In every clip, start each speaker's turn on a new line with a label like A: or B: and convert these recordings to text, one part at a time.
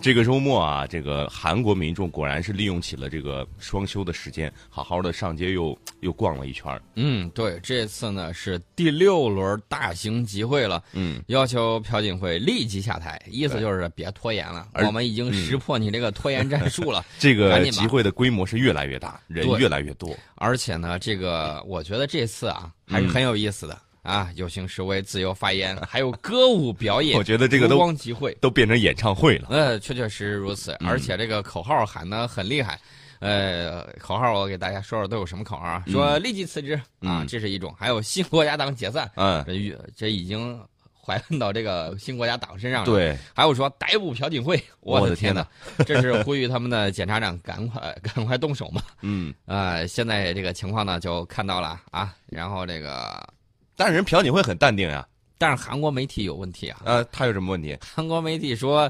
A: 这个周末啊，这个韩国民众果然是利用起了这个双休的时间，好好的上街又又逛了一圈儿。
B: 嗯，对，这次呢是第六轮大型集会了，
A: 嗯，
B: 要求朴槿惠立即下台，意思就是别拖延了，
A: 而嗯
B: 我们已经识破你这个拖延战术了。
A: 这
B: 赶
A: 个
B: 紧吧
A: 集会的规模是越来越大，人
B: 对
A: 越来越多。
B: 而且呢，这个我觉得这次啊还
A: 嗯
B: 是很有意思的、啊，游行示威、自由发言，还有歌舞表 演，
A: 我觉得这个
B: 烛
A: 都
B: 光集会，
A: 都变成演唱会了。
B: 呃，确确实实如此，
A: 嗯
B: 而且这个口号喊得很厉害。呃，口号我给大家说说都有什么口号啊？说立即辞职、啊
A: 嗯，
B: 这是一种；还有新国家党解散，
A: 嗯，
B: 这与这已经怀恨到这个新国家党身上了。，
A: 对，
B: 还有说逮捕朴槿惠，
A: 我
B: 的
A: 的天
B: 呐，这是呼吁他们的检察长赶快 赶快动手嘛。
A: 嗯，
B: 呃，现在这个情况呢就看到了啊，然后这个。
A: 但是人朴槿惠很淡定呀、
B: 但是韩国媒体有问题啊！
A: 呃，他有什么问题？
B: 韩国媒体说，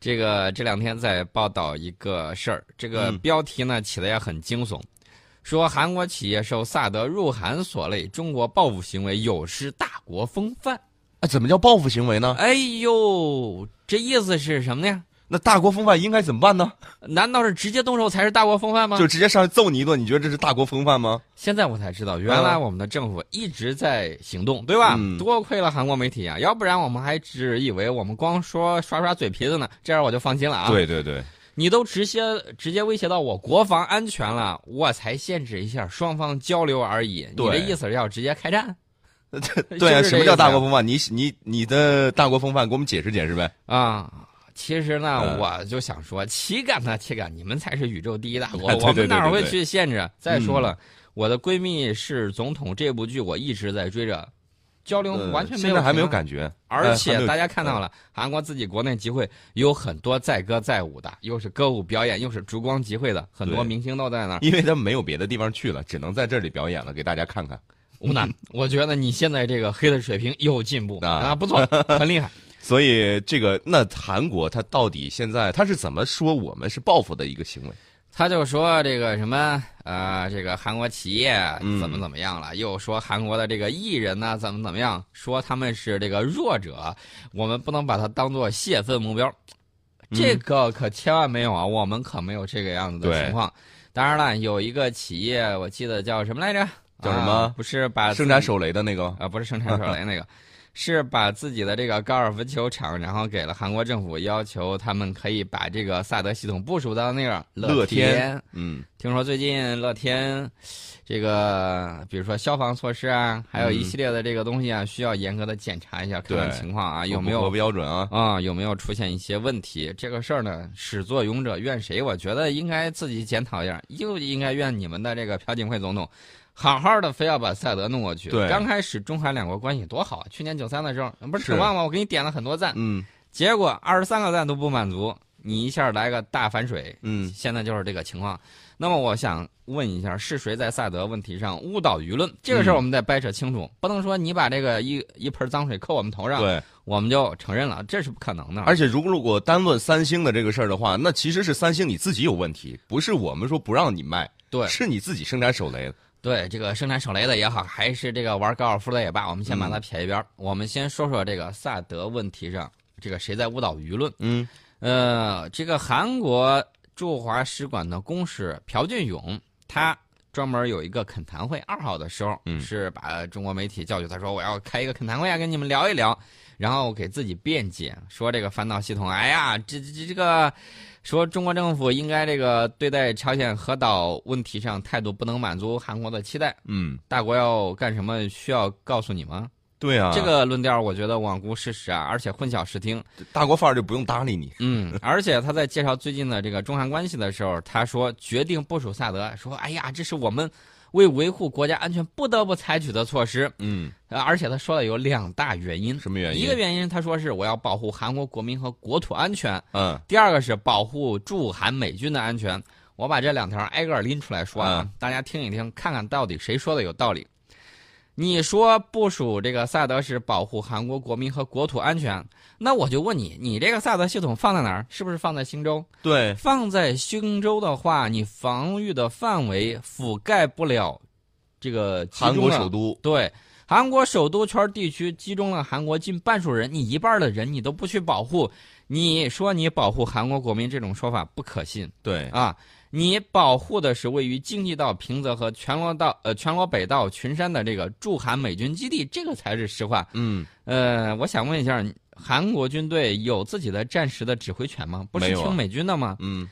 B: 这个这两天在报道一个事儿，这个
A: 嗯
B: 标题呢起的也很惊悚，说韩国企业受萨德入韩所累，中国报复行为有失大国风范。
A: 啊，怎么叫报复行为呢？
B: 哎呦，这意思是什么呀？
A: 那大国风范应该怎么办呢？
B: 难道是直接动手才是大国风范吗？
A: 就直接上去揍你一顿，你觉得这是大国风范吗？
B: 现在我才知道，原来我们的政府一直在行动，对吧？
A: 嗯
B: 多亏了韩国媒体啊，要不然我们还只以为我们光说刷刷嘴皮子呢，这样我就放心了啊。，
A: 对对，
B: 你都直接直接威胁到我国防安全了，我才限制一下双方交流而已。你这
A: 对
B: 意思是要直接开战？
A: 对啊，
B: 是不是
A: 什么叫
B: 这意思啊
A: 大国风范？你你你的大国风范，给我们解释解释呗。
B: 啊、其实呢，
A: 嗯
B: 我就想说，岂敢呐，岂敢！你们才是宇宙第一大国，
A: 对对嗯
B: 我们
A: 对
B: 哪
A: 对
B: 会
A: 对
B: 去限制？再说了，我的闺蜜是总统这部剧，我一直在追着，交流
A: 呃
B: 完全没
A: 现
B: 有，
A: 在还没有。感觉，呃
B: 而
A: 还没
B: 且
A: 有
B: 大家看到了，韩国自己国内集会有很多载歌载舞的，又是歌舞表演，又是烛光集会的，很
A: 对
B: 多明星都在那儿。
A: 因为他们没有别的地方去了，只能在这里表演了，给大家看看。
B: 吴楠，我觉得你现在这个黑的水平有进步
A: 啊
B: 啊，不错，很厉害。
A: 所以这个那韩国他到底现在他是怎么说我们是报复的一个行为？
B: 他就说这个什么呃，这个韩国企业
A: 嗯
B: 怎么怎么样了，又说韩国的这个艺人呢怎么怎么样，说他们是这个弱者，我们不能把它当做泄愤目标。
A: 嗯
B: 这个可千万没有啊，我们可没有这个样子的
A: 对
B: 情况。当然了，有一个企业我记得叫什么来着？
A: 叫什
B: 啊
A: 么
B: 不是把自己
A: 生产手雷的那个吗
B: 啊、不是生产手 雷那个，是把自己的这个高尔夫球场，然后给了韩国政府，要求他们可以把这个萨德系统部署到那个
A: 乐
B: 天。
A: 天嗯，
B: 听说最近乐天，这个比如说消防措施啊，还有一
A: 嗯
B: 系列的这个东西啊，需要严格的检查一下，看看
A: 对
B: 情况啊，有
A: 符不
B: 没
A: 合
B: 有
A: 标准啊？
B: 啊、有没有出现一些问题？这个事儿呢，始作俑者怨谁？我觉得应该自己检讨一下，又应该怨你们的这个朴槿惠总统，好好的非要把萨德弄过去。
A: 对
B: 刚开始中韩两国关系多好啊，去年九三的时候不是
A: 是
B: 挺旺吗？我给你点了很多赞，
A: 嗯
B: 结果二十三个赞都不满足，你一下来个大反水，
A: 嗯，
B: 现在就是这个情况。那么我想问一下，是谁在萨德问题上误导舆论？这个事儿
A: 嗯
B: 我们得掰扯清楚，不能说你把这个一一盆脏水扣我们头上，
A: 对。
B: 我们就承认了，这是不可能的。
A: 而且如果如果单论三星的这个事儿的话，那其实是三星你自己有问题，不是我们说不让你卖，
B: 对
A: 是你自己生产手雷的。
B: 对这个生产手雷的也好，还是这个玩高尔夫的也罢，我们先把它撇
A: 嗯
B: 一边儿。我们先说说这个萨德问题上，这个谁在误导舆论？
A: 嗯
B: 呃，这个韩国驻华使馆的公使朴俊勇，他专门有一个恳谈会，二号的时候，
A: 嗯
B: 是把中国媒体叫去，他说哎我要开一个恳谈会啊，跟你们聊一聊，然后给自己辩解，说这个反导系统，哎呀，这这这这个。说中国政府应该这个对待朝鲜核岛问题上态度不能满足韩国的期待，
A: 嗯，
B: 大国要干什么需要告诉你吗？
A: 对啊，
B: 这个论调我觉得罔顾事实啊，而且混淆视听。
A: 大国范儿就不用搭理你。
B: 嗯， 而且他在介绍最近的这个中韩关系的时候，他说决定部署萨德，说哎呀，这是我们为维护国家安全不得不采取的措施。
A: 嗯，
B: 呃而且他说了有两大原因，
A: 什么原因？
B: 一个原因他说是我要保护韩国国民和国土安全，
A: 嗯，
B: 第二个是保护驻韩美军的安全。我把这两条挨个儿拎出来说啊，
A: 嗯
B: 大家听一听，看看到底谁说的有道理。你说部署这个萨德是保护韩国国民和国土安全，那我就问你，你这个萨德系统放在哪儿？是不是放在新州？
A: 对，
B: 放在新州的话，你防御的范围覆盖不了这个其中啊
A: 韩国
B: 的
A: 首都。
B: 对，韩国首都圈地区集中了韩国近半数人，你一半的人你都不去保护，你说你保护韩国国民这种说法不可信
A: 对，
B: 啊！你保护的是位于京畿道、平泽和全罗道呃全罗北道群山的这个驻韩美军基地，这个才是实话。
A: 嗯，
B: 呃，我想问一下，韩国军队有自己的战时的指挥权吗？不
A: 没
B: 是
A: 有啊
B: 听美军的吗？
A: 嗯，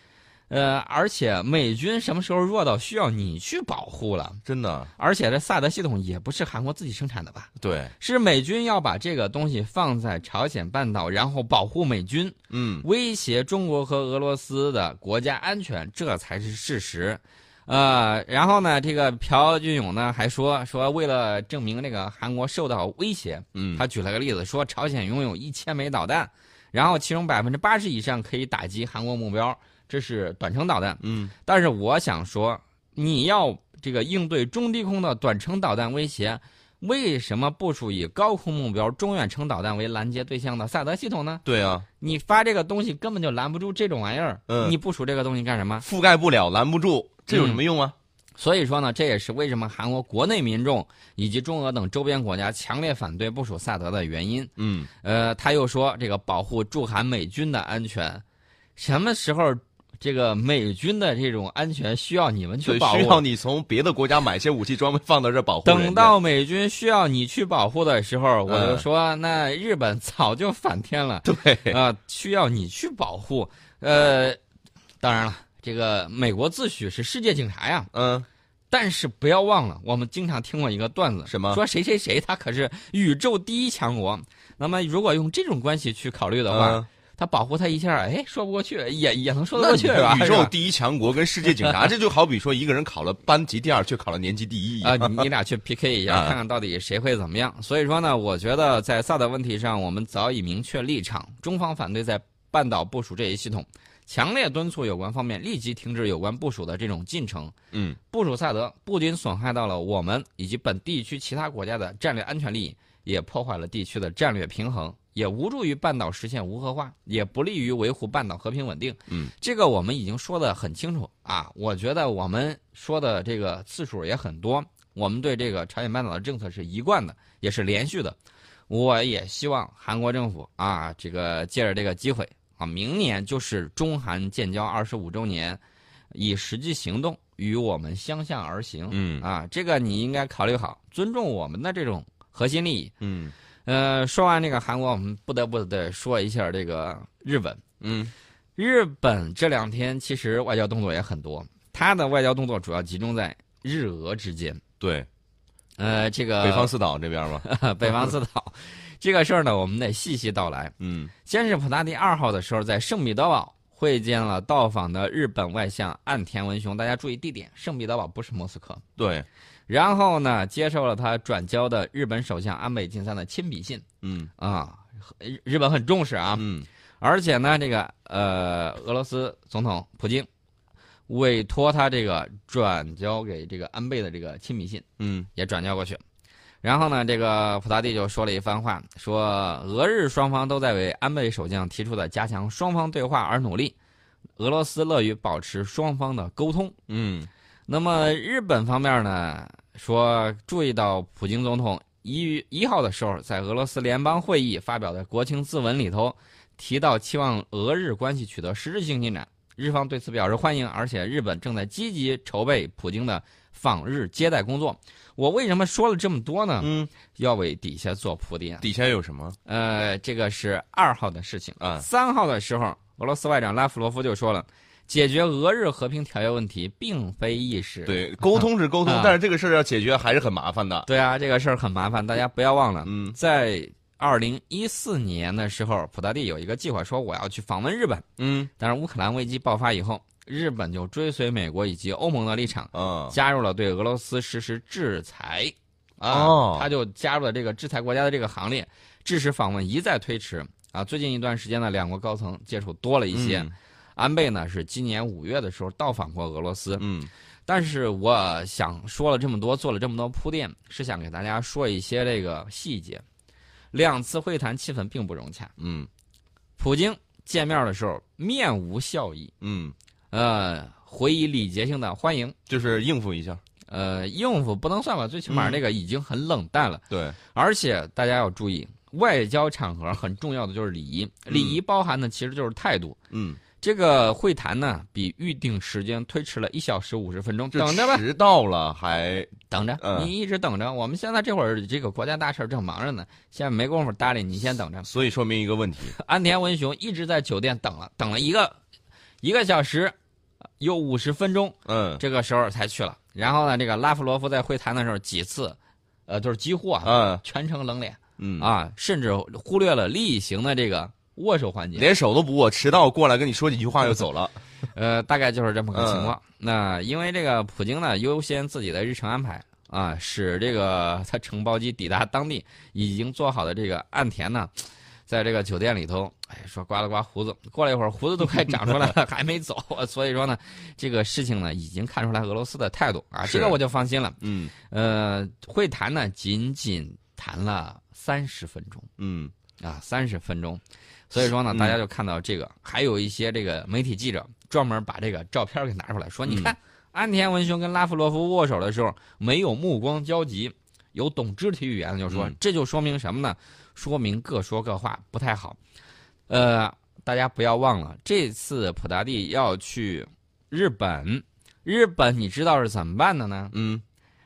B: 呃，而且美军什么时候弱到需要你去保护了？
A: 真的，
B: 而且这萨德系统也不是韩国自己生产的吧？
A: 对，
B: 是美军要把这个东西放在朝鲜半岛，然后保护美军，
A: 嗯，
B: 威胁中国和俄罗斯的国家安全，这才是事实。呃，然后呢，这个朴俊勇呢还说说，为了证明这个韩国受到威胁，
A: 嗯，
B: 他举了个例子，说朝鲜拥有一千枚导弹，然后其中百分之八十以上可以打击韩国目标，这是短程导弹。
A: 嗯，
B: 但是我想说，你要这个应对中低空的短程导弹威胁，为什么部署以高空目标中远程导弹为拦截对象的萨德系统呢？
A: 对啊，
B: 你发这个东西根本就拦不住这种玩意儿，
A: 嗯
B: 你部署这个东西干什么？
A: 覆盖不了，拦不住，这有什么用啊？
B: 所以说呢，这也是为什么韩国国内民众以及中俄等周边国家强烈反对部署萨德的原因。
A: 嗯，
B: 呃，他又说这个保护驻韩美军的安全，什么时候这个美军的这种安全需要你们
A: 所
B: 去
A: 以
B: 保
A: 需要
B: 护？
A: 你从别的国家买些武器装备放到这儿保护人家
B: 等到美军需要你去保护的时候，我就
A: 嗯
B: 说那日本早就反天了
A: 对，
B: 啊、需要你去保护。呃，当然了，这个美国自诩是世界警察呀，
A: 嗯，
B: 但是不要忘了，我们经常听过一个段子，
A: 什么
B: 说谁谁谁他可是宇宙第一强国。那么如果用这种关系去考虑的话，
A: 嗯
B: 他保护他一下，哎，说不过去，也也能说得过去
A: 那
B: 吧？
A: 你看宇宙
B: 是吧
A: 第一强国跟世界警 察，这就好比说一个人考了班级第二，却考了年级第一一
B: 啊、
A: 样。
B: 你你俩去 PK 一下，
A: 啊
B: 看看到底谁会怎么样。所以说呢，我觉得在萨德问题上，我们早已明确立场，中方反对在半岛部署这一系统，强烈敦促有关方面立即停止有关部署的这种进程。
A: 嗯，
B: 部署萨德不仅损害到了我们以及本地区其他国家的战略安全利益，也破坏了地区的战略平衡，也无助于半岛实现无核化，也不利于维护半岛和平稳定。
A: 嗯，
B: 这个我们已经说的很清楚啊，我觉得我们说的这个次数也很多，我们对这个朝鲜半岛的政策是一贯的，也是连续的。我也希望韩国政府啊，这个借着这个机会啊，明年就是中韩建交二十五周年，以实际行动与我们相向而行。
A: 嗯
B: 啊，这个你应该考虑好，尊重我们的这种核心利益。
A: 嗯
B: 呃，说完这个韩国，我们不得不得说一下这个日本。
A: 嗯
B: 日本这两天其实外交动作也很多，它的外交动作主要集中在日俄之间。
A: 对，
B: 呃，这个
A: 北方四岛这边嘛，
B: 北方四岛这个事儿呢，我们得细细道来。
A: 嗯
B: 先是普大帝二号的时候，在圣彼得堡会见了到访的日本外相岸田文雄。大家注意地点，圣彼得堡不是莫斯科。
A: 对，
B: 然后呢，接受了他转交的日本首相安倍晋三的亲笔信
A: 嗯
B: 啊，日日本很重视啊。
A: 嗯
B: 而且呢，这个呃，俄罗斯总统普京委托他这个转交给这个安倍的这个亲笔信
A: 嗯
B: 也转交过去。然后呢，这个普大帝就说了一番话，说俄日双方都在为安倍首相提出的加强双方对话而努力，俄罗斯乐于保持双方的沟通。
A: 嗯
B: 那么日本方面呢，说注意到普京总统一月一号的时候，在俄罗斯联邦会议发表的国情咨文里头，提到期望俄日关系取得实质性进展，日方对此表示欢迎，而且日本正在积极筹备普京的访日接待工作。我为什么说了这么多呢？
A: 嗯，
B: 要为底下做铺垫。
A: 底下有什么？
B: 呃，这个是二号的事情
A: 啊
B: 三号的时候，俄罗斯外长拉夫罗夫就说了，解决俄日和平条约问题并非易事。
A: 对，沟通是沟通
B: 啊，
A: 但是这个事儿要解决还是很麻烦的。
B: 对啊，这个事儿很麻烦，大家不要忘了，
A: 嗯
B: 在二零一四年的时候，普大帝有一个计划说我要去访问日本，
A: 嗯
B: 但是乌克兰危机爆发以后，日本就追随美国以及欧盟的立场，
A: 啊
B: 加入了对俄罗斯实施制裁。啊，
A: 哦
B: 他就加入了这个制裁国家的这个行列，致使访问一再推迟。啊，最近一段时间呢，两国高层接触多了一些。
A: 嗯
B: 安倍呢是今年五月的时候到访过俄罗斯，
A: 嗯
B: 但是我想说了这么多，做了这么多铺垫，是想给大家说一些这个细节。两次会谈气氛并不融洽，
A: 嗯
B: 普京见面的时候面无笑意，
A: 嗯，
B: 呃，回以礼节性的欢迎，
A: 就是应付一下。
B: 呃，应付不能算吧，最起码这个已经很冷淡了。
A: 对，
B: 而且大家要注意，外交场合很重要的就是礼仪，礼仪包含的其实就是态度。
A: 嗯，
B: 这个会谈呢，比预定时间推迟了一小时五十分钟，
A: 这
B: 等着吧，
A: 迟到了还
B: 等着，
A: 嗯
B: 你一直等着。我们现在这会儿这个国家大事儿正忙着呢，现在没工夫搭理你，先等着。
A: 所以说明一个问题，
B: 安田文雄一直在酒店等了，等了一个一个小时，有五十分钟，
A: 嗯
B: 这个时候才去了。然后呢，这个拉夫罗夫在会谈的时候几次，呃，就是几乎啊，
A: 嗯
B: 全程冷脸
A: 嗯，
B: 啊，甚至忽略了例行的这个握手环节。
A: 连手都不握，迟到过来跟你说几句话就走 了。
B: 呃，大概就是这么个情况。那因为这个普京呢，优先自己的日程安排啊，使这个他承包机抵达当地已经做好的这个岸田呢，在这个酒店里头，哎，说刮了刮胡子，过了一会儿胡子都快长出来了，还没走。所以说呢，这个事情呢，已经看出来俄罗斯的态度啊，
A: 是
B: 这个我就放心了。
A: 嗯
B: 呃，会谈呢，仅仅谈了三十分钟。
A: 嗯，
B: 啊，三十分钟。所以说呢，
A: 嗯
B: 大家就看到这个，还有一些这个媒体记者专门把这个照片给拿出来，说你
A: 嗯
B: 看，安田文雄跟拉夫罗夫握手的时候没有目光交集，有懂肢体语言的就说，
A: 嗯
B: 这就说明什么呢？说明各说各话不太好。呃，大家不要忘了，这次普达蒂要去日本，日本你知道是怎么办的呢？
A: 嗯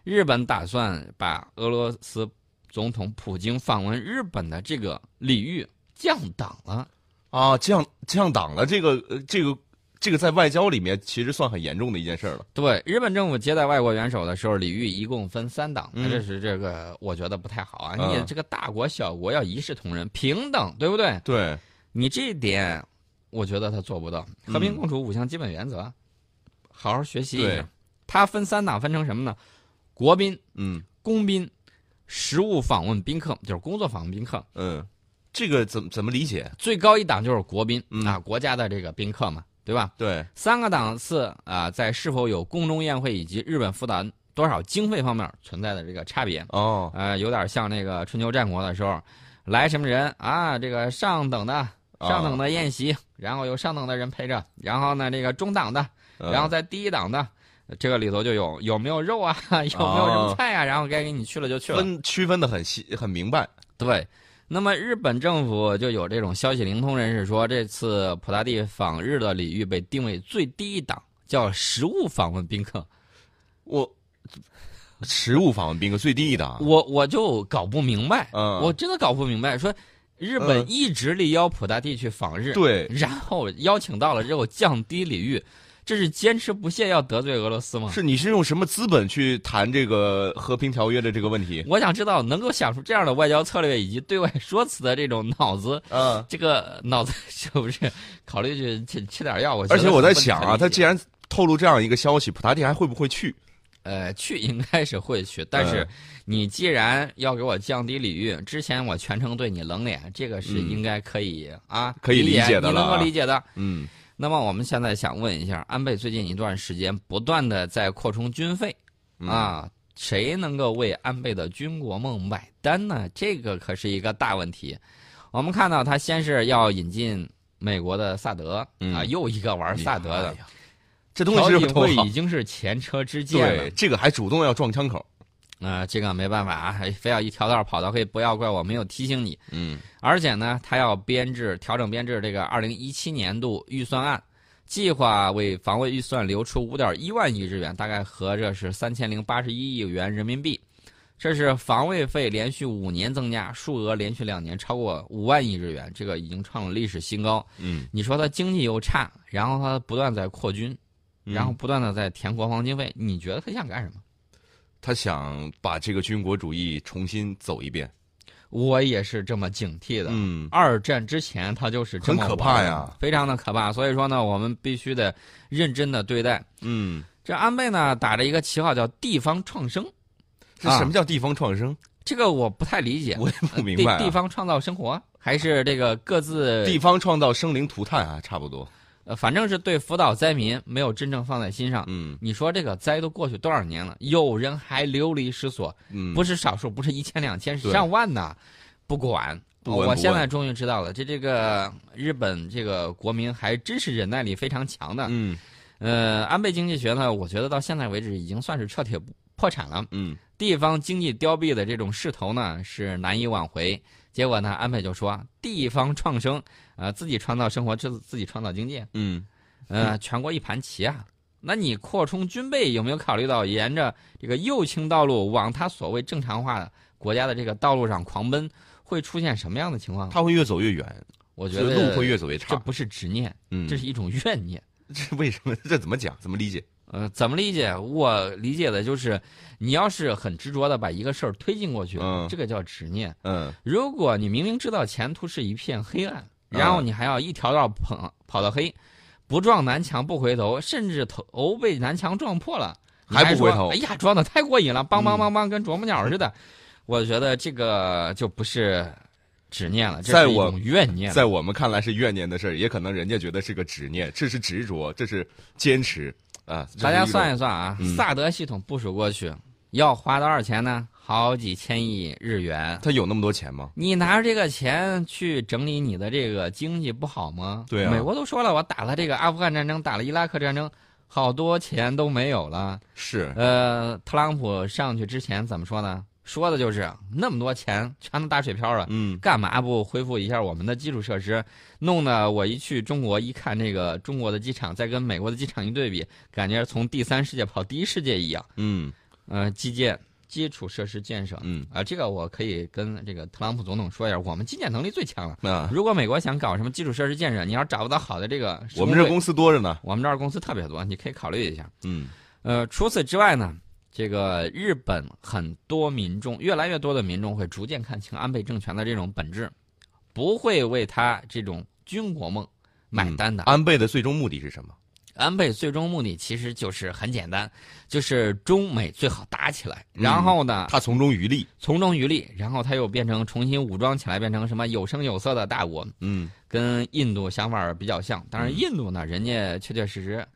B: 日本打算把俄罗斯总统普京访问日本的这个礼遇降档了。
A: 啊，降降档了，这个呃这个这个在外交里面其实算很严重的一件事儿了。
B: 对，日本政府接待外国元首的时候，礼遇一共分三档，
A: 嗯
B: 这是这个我觉得不太好啊。
A: 嗯
B: 你也这个大国小国要一视同仁，平等，对不对？
A: 对，
B: 你这一点，我觉得他做不到。和平共处五项基本原则，好好学习一
A: 对
B: 下。他分三档，分成什么呢？国宾、
A: 嗯
B: 工宾、实务访问宾客，就是工作访问宾客。
A: 嗯，这个怎么怎么理解？
B: 最高一档就是国宾、
A: 嗯
B: 啊，国家的这个宾客嘛，对吧？
A: 对，
B: 三个档次啊、在是否有宫中宴会以及日本负担多少经费方面存在的这个差别，
A: 哦，
B: 呃，有点像那个春秋战国的时候，来什么人啊？这个上等的
A: 啊
B: 上等的宴席，然后有上等的人陪着，然后呢，这个中档的，
A: 嗯
B: 然后在低档的。这个里头就有有没有肉啊， 有没有什
A: 哦
B: 么菜啊，然后该给你去了就去了。
A: 分区分的很细很明白。
B: 对，那么日本政府就有这种消息灵通人士说，这次普大帝访日的礼遇被定为最低一档，叫实物访问宾客。
A: 我 实物访问宾客最低档，
B: 我我就搞不明白，
A: 嗯
B: 我真的搞不明白，说日本
A: 嗯
B: 一直力邀普大帝去访日，
A: 对
B: 然后邀请到了之后降低礼遇，这是坚持不懈要得罪俄罗斯吗？
A: 是你是用什么资本去谈这个和平条约的这个问题？
B: 我想知道，能够想出这样的外交策略以及对外说辞的这种脑子，
A: 嗯，
B: 这个脑子是不是考虑去吃吃点药？我觉
A: 而
B: 得
A: 且我在
B: 很不
A: 想
B: 可
A: 啊，
B: 理
A: 他
B: 解
A: 既然透露这样一个消息，普达蒂还会不会去？
B: 呃去应该是会去，但是
A: 嗯
B: 你既然要给我降低礼遇，之前我全程对你冷脸，这个是
A: 嗯
B: 应该可以、啊，
A: 可以理
B: 解
A: 解的
B: 你
A: 了
B: 能够
A: 啊
B: 理解的。
A: 嗯
B: 那么我们现在想问一下，安倍最近一段时间不断的在扩充军费、
A: 嗯
B: 啊，谁能够为安倍的军国梦买单呢？这个可是一个大问题。我们看到他先是要引进美国的萨德、
A: 嗯
B: 啊，又一个玩萨德的
A: 哎，呀，这东
B: 朴
A: 西
B: 槿
A: 是
B: 惠
A: 头好
B: 已经是前车之鉴了
A: 对，。这个还主动要撞枪口。
B: 啊、这个没办法啊，还非要一条道跑到黑，不要怪我没有提醒你。
A: 嗯
B: 而且呢，他要编制调整编制这个二零一七年度预算案，计划为防卫预算留出五点一万亿日元，大概合着是三千零八十一亿元人民币。这是防卫费连续五年增加，数额连续两年超过五万亿日元，这个已经创了历史新高。
A: 嗯，
B: 你说他经济又差，然后他不断在扩军，
A: 嗯
B: 然后不断的在填国防经费，你觉得他想干什么？
A: 他想把这个军国主义重新走一遍。
B: 我也是这么警惕的。
A: 嗯
B: 二战之前它就是这么
A: 很可
B: 玩
A: 怕
B: 的
A: 呀，
B: 非常的可怕。所以说呢，我们必须得认真的对待。
A: 嗯，
B: 这安倍呢打着一个旗号叫地方创生，
A: 这什么叫地方创生？
B: 这个我不太理解。
A: 啊我也不明
B: 地
A: 白啊、
B: 地方创造生活还是这个各自
A: 地方创造生灵涂炭啊，差不多。
B: 呃，反正是对福岛灾民没有真正放在心上。
A: 嗯
B: 你说这个灾都过去多少年了，有人还流离失所，
A: 嗯，
B: 不
A: 是
B: 是少数，不是一千两千，是
A: 对
B: 上万呐，不管。
A: 不闻不
B: 我
A: 问
B: 现在终于知道了，这这个日本这个国民还真是忍耐力非常强的。
A: 嗯
B: 呃，安倍经济学呢，我觉得到现在为止已经算是彻底不破产了，
A: 嗯
B: 地方经济凋敝的这种势头呢是难以挽回。结果呢，安倍就说地方创生，呃，自己创造生活，自自己创造经济，
A: 嗯
B: 呃，全国一盘棋啊。那你扩充军备有没有考虑到沿着这个右倾道路往它所谓正常化的国家的这个道路上狂奔，会出现什么样的情况？
A: 他会越走越远，
B: 我觉
A: 这
B: 得
A: 路会越走越
B: 这
A: 差。
B: 不是执念，
A: 嗯，
B: 这是一种怨念。
A: 这 为什么？这怎么讲？怎么理解？
B: 呃，怎么理解？我理解的就是，你要是很执着的把一个事儿推进过去，
A: 嗯
B: 这个叫执念。
A: 嗯
B: 如果你明明知道前途是一片黑暗，
A: 嗯
B: 然后你还要一条道跑跑到黑，不撞南墙不回头，甚至头哦被南墙撞破了，你
A: 还
B: 还
A: 不回
B: 说
A: 头嗯
B: 哎呀，撞的太过瘾了，梆梆梆梆，跟啄木鸟似的。我觉得这个就不是执念了，这
A: 在
B: 是一
A: 我
B: 种怨念。
A: 在我们看来是怨念的事儿，也可能人家觉得是个执念，这是执着，这是坚持啊。
B: 大
A: 这是一
B: 家
A: 种
B: 算一算啊，
A: 嗯
B: 萨德系统部署过去要花多少钱呢？好几千亿日元。
A: 他有那么多钱吗？
B: 你拿着这个钱去整理你的这个经济不好吗？
A: 对啊
B: 美国都说了，我打了这个阿富汗战争，打了伊拉克战争，好多钱都没有了。
A: 是，
B: 呃，特朗普上去之前怎么说呢？说的就是那么多钱全都打水漂了。
A: 嗯
B: 干嘛不恢复一下我们的基础设施？弄得我一去中国一看，这个中国的机场再跟美国的机场一对比，感觉从第三世界跑第一世界一样。
A: 嗯
B: 呃，基建、基础设施建设，啊、
A: 嗯，
B: 这个我可以跟这个特朗普总统说一下，我们基建能力最强了。
A: 那
B: 如果美国想搞什么基础设施建设，你要找不到好的这个施
A: 我
B: 工
A: 们
B: 队，
A: 这公司多着呢。
B: 我们这儿公司特别多，你可以考虑一下。
A: 嗯
B: 呃，除此之外呢，这个日本很多民众，越来越多的民众会逐渐看清安倍政权的这种本质，不会为他这种军国梦买单的。
A: 嗯
B: 啊
A: 安倍的最终目的是什么？
B: 安倍最终目的其实就是很简单，就是中美最好打起来，
A: 嗯
B: 然后呢，
A: 他从中渔利。
B: 从中渔利，然后他又变成重新武装起来，变成什么有声有色的大国，
A: 嗯
B: 跟印度想法儿比较像。当然，
A: 嗯
B: 印度呢，人家确确实实，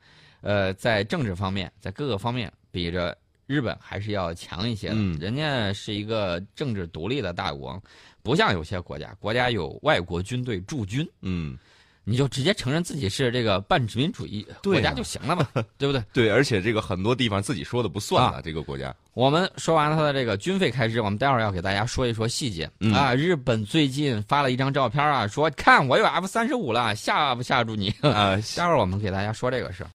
B: 呃，在政治方面，在各个方面比着日本还是要强一些的。
A: 嗯
B: 人家是一个政治独立的大国，不像有些国家，国家有外国军队驻军，
A: 嗯，
B: 你就直接承认自己是这个半殖民主义
A: 对
B: 国
A: 啊
B: 家就行了嘛，对不对？
A: 对，而且这个很多地方自己说的不算
B: 啊
A: 了，这个国家。
B: 我们说完了它的这个军费开支，我们待会儿要给大家说一说细节、
A: 嗯
B: 啊。日本最近发了一张照片啊，说看我有 F 三十五了，吓不吓住你？
A: 啊，
B: 待会儿我们给大家说这个事儿。